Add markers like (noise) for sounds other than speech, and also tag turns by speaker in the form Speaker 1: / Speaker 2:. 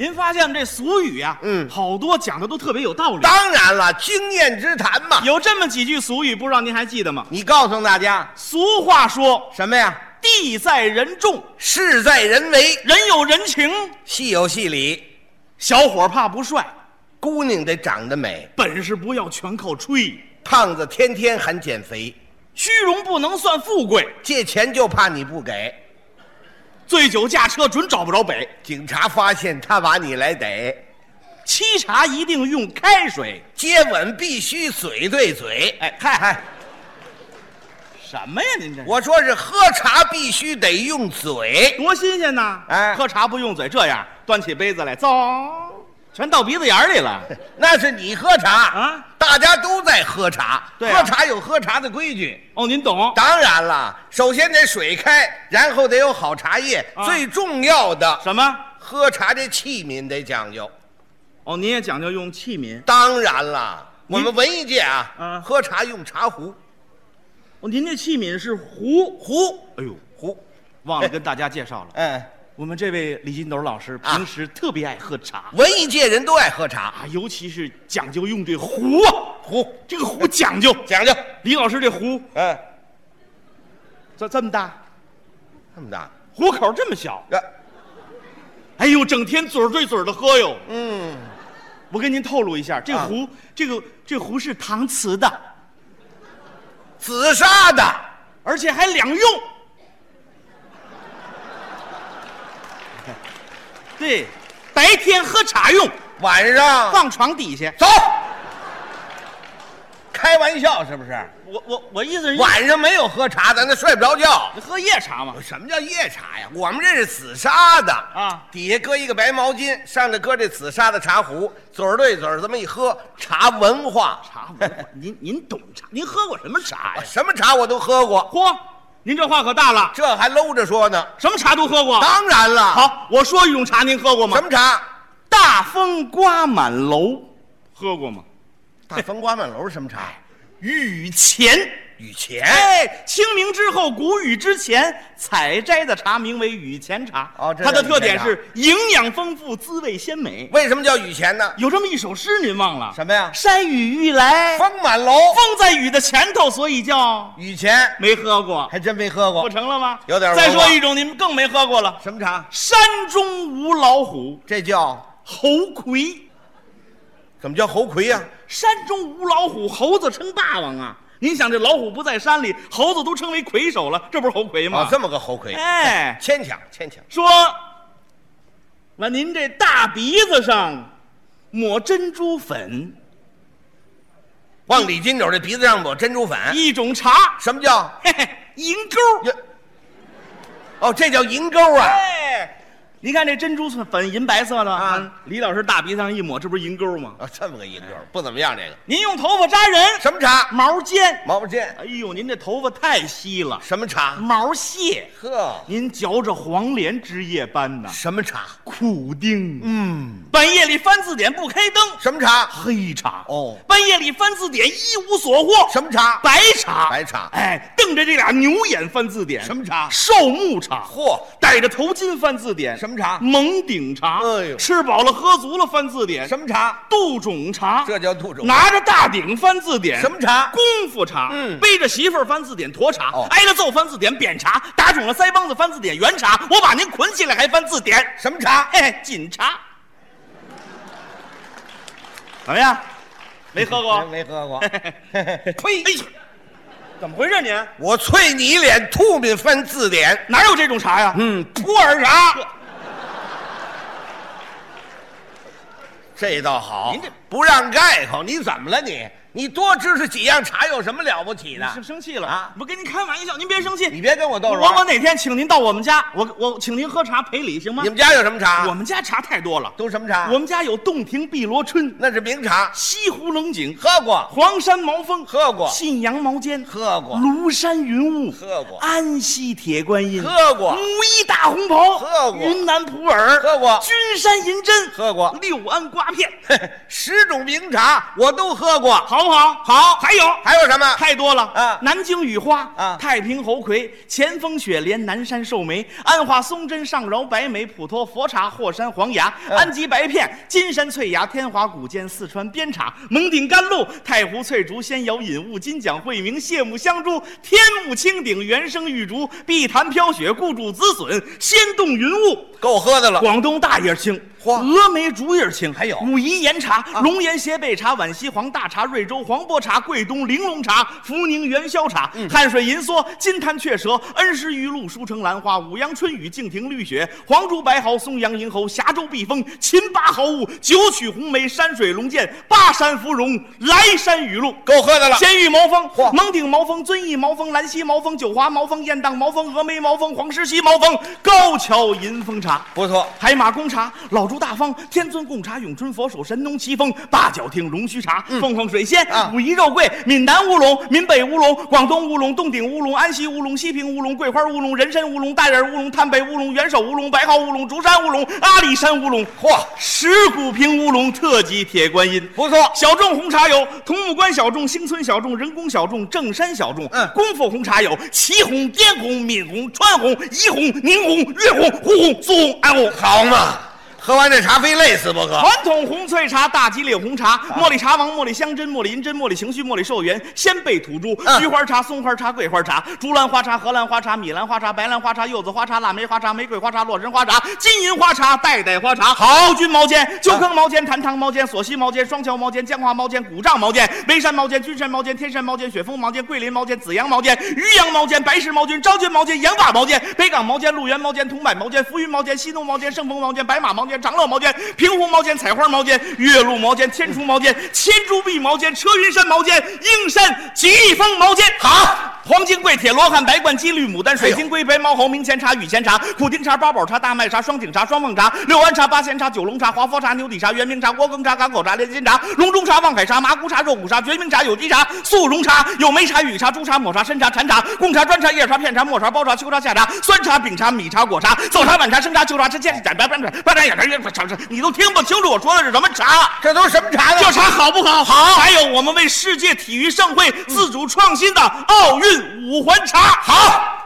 Speaker 1: 您发现这俗语呀、
Speaker 2: 嗯
Speaker 1: 好多讲的都特别有道理。
Speaker 2: 当然了，经验之谈嘛。
Speaker 1: 有这么几句俗语，不知道您还记得吗？
Speaker 2: 你告诉大家
Speaker 1: 俗话说
Speaker 2: 什么呀？
Speaker 1: “地在人重，
Speaker 2: 事在人为，
Speaker 1: 人有人情
Speaker 2: 戏有戏理。”，
Speaker 1: 小伙儿怕不帅，
Speaker 2: 姑娘得长得美，
Speaker 1: 本事不要全靠吹，
Speaker 2: 胖子天天喊减肥，
Speaker 1: 虚荣不能算富贵，
Speaker 2: 借钱就怕你不给，
Speaker 1: 醉酒驾车准找不着北，
Speaker 2: 警察发现他把你来逮。
Speaker 1: 沏茶一定用开水。
Speaker 2: 接吻必须嘴对嘴。哎，嗨嗨，
Speaker 1: 什么呀？您这
Speaker 2: 我说是喝茶必须得用嘴。
Speaker 1: 多新鲜呐！
Speaker 2: 哎
Speaker 1: 喝茶不用嘴，这样端起杯子来，走，全到鼻子眼儿里 (laughs) 了。
Speaker 2: 那是你喝茶
Speaker 1: 啊，
Speaker 2: 大家都在喝茶，
Speaker 1: 对啊
Speaker 2: 喝茶有喝茶的规矩。
Speaker 1: 哦，您懂。
Speaker 2: 当然了，首先得水开，然后得有好茶叶，
Speaker 1: 啊
Speaker 2: 最重要的，
Speaker 1: 什么？
Speaker 2: 喝茶这器皿得讲究。
Speaker 1: 哦，您也讲究用器皿。
Speaker 2: 当然了，我们
Speaker 1: 嗯
Speaker 2: 文艺界啊，
Speaker 1: 啊
Speaker 2: 喝茶用茶壶，
Speaker 1: 哦，您这器皿是壶哎壶。哎呦，
Speaker 2: 壶，
Speaker 1: 忘了跟大家介绍了，
Speaker 2: 嗯，
Speaker 1: 我们这位李金斗老师
Speaker 2: 啊
Speaker 1: 平时特别爱喝茶
Speaker 2: 文艺界人都爱喝茶，
Speaker 1: 啊，尤其是讲究用这壶啊，
Speaker 2: 壶
Speaker 1: 这个壶讲究。
Speaker 2: 讲究，
Speaker 1: (laughs) 李老师这壶
Speaker 2: 嗯，
Speaker 1: 这这么大，
Speaker 2: 这么大，
Speaker 1: 壶口这么小，
Speaker 2: 啊
Speaker 1: 哎呦，整天嘴儿对嘴儿的喝哟。
Speaker 2: 嗯。
Speaker 1: 我跟您透露一下，这
Speaker 2: 啊
Speaker 1: 壶、这个这壶是搪瓷的。
Speaker 2: 紫砂的，
Speaker 1: 而且还两用。 (laughs) 对，白天喝茶用，
Speaker 2: 晚上
Speaker 1: 放床底下。
Speaker 2: 走。开玩笑是不是？
Speaker 1: 我我我意思是，
Speaker 2: 晚上没有喝茶，咱那睡不着觉。
Speaker 1: 喝夜茶嘛。
Speaker 2: 什么叫夜茶呀？我们这是紫砂的
Speaker 1: 啊
Speaker 2: 底下搁一个白毛巾，上头搁这紫砂的茶壶，嘴儿对嘴儿这么一喝，茶文化。
Speaker 1: 茶文化，您您懂茶？您喝过什么茶呀？
Speaker 2: 什么茶我都喝过，
Speaker 1: 嚯，您这话可大了，
Speaker 2: 这还搂着说呢。
Speaker 1: 什么茶都喝过。
Speaker 2: 当然了，，
Speaker 1: 好，我说一种茶，您喝过吗？
Speaker 2: 什么茶？
Speaker 1: 大风刮满楼，喝过吗？
Speaker 2: 大风刮满楼是什么茶？
Speaker 1: 雨前。
Speaker 2: (laughs) 雨前。
Speaker 1: 哎，清明之后，谷雨之前采摘的茶名为雨前茶。
Speaker 2: 哦这
Speaker 1: 它的
Speaker 2: 叫雨
Speaker 1: 特点
Speaker 2: 前茶
Speaker 1: 是营养丰富，滋味鲜美。
Speaker 2: 为什么叫雨前呢？
Speaker 1: 有这么一首诗，您忘了？
Speaker 2: 什么呀
Speaker 1: 山雨欲来，风
Speaker 2: 风满楼，
Speaker 1: 在雨的前头，所以叫
Speaker 2: 雨前
Speaker 1: 没喝过，
Speaker 2: 还真没喝过
Speaker 1: 不。成了吗？
Speaker 2: 有点文化
Speaker 1: 再说一种，您更没喝过了。
Speaker 2: 什么茶？
Speaker 1: 山中无老虎，
Speaker 2: 这叫
Speaker 1: 猴魁。
Speaker 2: 怎么叫猴魁呀、
Speaker 1: 山中无老虎，猴子称霸王啊！您想，这老虎不在山里，猴子都称为魁首了，这不是猴魁吗？
Speaker 2: 哦，这么个猴魁，
Speaker 1: 哎，
Speaker 2: 牵强牵强。
Speaker 1: 说：“那您这大鼻子上抹珍珠粉，
Speaker 2: 往李金斗这鼻子上抹珍珠粉，
Speaker 1: 一种茶，
Speaker 2: 什么叫？
Speaker 1: 嘿嘿，银钩。
Speaker 2: 呀哦，这叫银钩啊！
Speaker 1: 哎，您看这珍珠粉银白色的
Speaker 2: 啊
Speaker 1: 嗯李老师大鼻子上一抹，这不是银钩吗？
Speaker 2: 啊，这么个银钩，不怎么样。这个
Speaker 1: 您用头发扎人，
Speaker 2: 什么茶？
Speaker 1: 毛尖。
Speaker 2: 毛毛尖。
Speaker 1: 哎呦，您这头发太稀了，
Speaker 2: 什么茶？
Speaker 1: 毛屑。
Speaker 2: 呵，
Speaker 1: 您嚼着黄连枝叶般呐，
Speaker 2: 什么茶？
Speaker 1: 苦丁。
Speaker 2: 嗯，
Speaker 1: 半夜里翻字典不开灯，
Speaker 2: 什么茶？
Speaker 1: 黑茶。
Speaker 2: 哦
Speaker 1: 半夜里翻字典一无所获，
Speaker 2: 什么茶？
Speaker 1: 白茶，
Speaker 2: 白茶
Speaker 1: 哎，瞪着这俩牛眼翻字典，
Speaker 2: 什么茶
Speaker 1: 寿木茶，
Speaker 2: 嚯，嗯
Speaker 1: 戴着头巾翻字典，
Speaker 2: 什么茶
Speaker 1: 蒙顶茶，
Speaker 2: 哎呦
Speaker 1: 吃饱了喝足了翻字典，
Speaker 2: 什么茶？
Speaker 1: 杜仲茶，
Speaker 2: 这叫杜仲
Speaker 1: 拿着大鼎翻字典，
Speaker 2: 什么
Speaker 1: (laughs)
Speaker 2: 茶
Speaker 1: 功夫茶，
Speaker 2: 嗯
Speaker 1: 背着媳妇儿翻字典，沱茶
Speaker 2: 哦，
Speaker 1: 挨了揍翻字典，扁茶，打肿了腮帮子翻字典，圆茶，我把您捆起来还翻字典，
Speaker 2: 什么茶？
Speaker 1: (laughs) 嘿嘿，锦茶，怎么样？没喝过？ (laughs)
Speaker 2: 没喝过。
Speaker 1: 呸！哎呦，怎么回事您？
Speaker 2: 我啐你脸，吐你翻字典。
Speaker 1: 哪有这种茶呀？
Speaker 2: 嗯，啊普洱茶
Speaker 1: 这。
Speaker 2: 这倒好，
Speaker 1: 您这
Speaker 2: 不让盖口，你怎么了你？你多知识几样茶有什么了不起的？
Speaker 1: 生生气了
Speaker 2: 啊
Speaker 1: 我跟您开玩笑，您别生气。
Speaker 2: 你别跟我逗着
Speaker 1: 我
Speaker 2: 玩
Speaker 1: 我哪天请您到我们家，我我请您喝啊茶赔礼行吗
Speaker 2: 你？们家有什么茶？
Speaker 1: 我们家茶太多了，
Speaker 2: 都什么茶？
Speaker 1: 我们家有洞庭碧螺春、
Speaker 2: 那是名茶，
Speaker 1: 西湖冷井、
Speaker 2: 喝过，
Speaker 1: 黄山毛峰、
Speaker 2: 喝过
Speaker 1: 信阳毛尖、
Speaker 2: 喝过，
Speaker 1: 庐山云雾、
Speaker 2: 喝过
Speaker 1: 安溪铁观音、
Speaker 2: 喝过
Speaker 1: 武夷大红袍、
Speaker 2: 喝过
Speaker 1: 云南普洱、
Speaker 2: 喝过
Speaker 1: 君山银针、
Speaker 2: 喝过
Speaker 1: 六安瓜片。
Speaker 2: 十种名茶我都喝过。
Speaker 1: 好不好？
Speaker 2: 好
Speaker 1: 还有
Speaker 2: 还有什么？
Speaker 1: 太多了
Speaker 2: 啊
Speaker 1: 南京雨花
Speaker 2: 啊
Speaker 1: 太平猴魁、前峰雪莲、南山寿眉、安化松针、上饶白眉、普陀佛茶、霍山黄芽、
Speaker 2: 啊
Speaker 1: 安吉白片、金山翠芽、天华古涧、四川边茶、蒙顶甘露、太湖翠竹、仙瑶引雾、金奖惠明、谢母香珠、天目青顶、原生玉竹、碧潭飘雪、顾主紫笋、仙动云雾。
Speaker 2: 够喝的了。
Speaker 1: 广东大叶青、
Speaker 2: 嚯
Speaker 1: 峨眉竹叶青，
Speaker 2: 还有啊
Speaker 1: 武夷岩茶、龙岩斜背茶、皖西黄大茶、瑞州黄波茶、桂东玲珑茶、福宁元宵茶、
Speaker 2: 嗯
Speaker 1: 汉水银梭、金滩雀舌、恩施玉露、舒城兰花、五阳春雨、敬亭绿雪、黄竹白毫、松阳银猴、峡州碧峰、秦巴毫雾、九曲红梅、山水龙涧、巴山芙蓉、莱山雨露。
Speaker 2: 够喝的了。
Speaker 1: 监狱毛峰
Speaker 2: 啊嚯、
Speaker 1: 蒙顶毛峰、遵义毛峰、兰溪毛峰、九华毛峰、雁荡毛峰、峨眉毛峰、黄石溪毛峰、高桥银峰茶。
Speaker 2: 不错，
Speaker 1: 海马公茶、老朱大方、天尊贡茶、永春佛手、神农奇峰、八角亭龙须茶、凤凰水仙、
Speaker 2: 啊
Speaker 1: 武夷肉桂、闽南乌龙、闽北乌龙、广东乌龙、洞顶乌龙、安溪乌龙、西平乌龙、桂花乌龙、人参乌龙、大眼乌龙、滩北乌龙、元首乌龙、白毫乌龙、竹山乌龙、阿里山乌龙、
Speaker 2: 嚯，
Speaker 1: 石鼓坪乌龙特级铁观音。
Speaker 2: 不错，
Speaker 1: 小众红茶有桐木关小众、兴村小众、人工小众、正山小众。
Speaker 2: 嗯
Speaker 1: 功夫红茶有祁红、滇红、闽红、川红、怡红、宁红、粤红、胡红、苏红、安红。
Speaker 2: 好嘛，喝完这茶非累死不可。
Speaker 1: 传统红翠茶、大吉岭红茶、茉莉茶王、茉莉香针、茉莉银针、茉莉情绪、茉莉寿元、鲜贝土珠、
Speaker 2: 嗯
Speaker 1: 菊花茶、松花茶、桂花茶、竹兰花茶、荷兰花茶、米兰花茶、白兰花茶、柚子花茶、腊梅花茶、玫瑰花茶、洛神花茶、金银花茶、代代花茶、好君毛尖、鸠坑毛尖、坛塘毛尖、索溪毛尖、双桥毛尖、江华毛尖、古丈毛尖、眉山毛尖、君山毛尖、天山毛尖、雪峰毛尖、桂林毛尖、紫阳毛尖、哎渔阳毛尖、白石毛尖、张君毛尖、羊发毛尖、北港毛尖、鹿源毛尖、桐柏毛尖、浮云毛尖、西弄毛尖、圣峰毛尖、白马毛尖、长乐毛尖、平湖毛尖、采花毛尖、岳麓毛尖、天竺毛尖、千珠臂毛尖、车云山毛尖、英山吉利峰毛尖。
Speaker 2: 好，
Speaker 1: 黄金桂、铁罗汉、白冠鸡、绿牡丹、水
Speaker 2: 哎
Speaker 1: 晶龟、白毛猴、明前茶、雨前茶、苦丁茶、八宝茶、大麦茶、双井茶、双凤茶、六安茶、八仙茶、九龙茶、华佛茶、牛底茶、圆明茶、锅羹茶、港口茶、连心茶、龙中茶、望海茶、麻姑茶、肉骨茶、决明茶、有机茶、速溶茶、有梅茶、雨茶、猪茶、抹茶、参茶、禅茶、贡茶、砖茶、叶茶、片茶、末茶、包茶、秋茶、夏茶、酸茶、饼茶、米茶、果茶、枣茶、晚茶、生茶、秋茶、吃煎茶、白白白白茶、野茶、椰茶、茶，你都听不清楚我说的是什么茶。
Speaker 2: 这都什么茶呢？
Speaker 1: 这茶好不好？好。还有我们为世界体育盛会自主创新的奥运五环茶，好。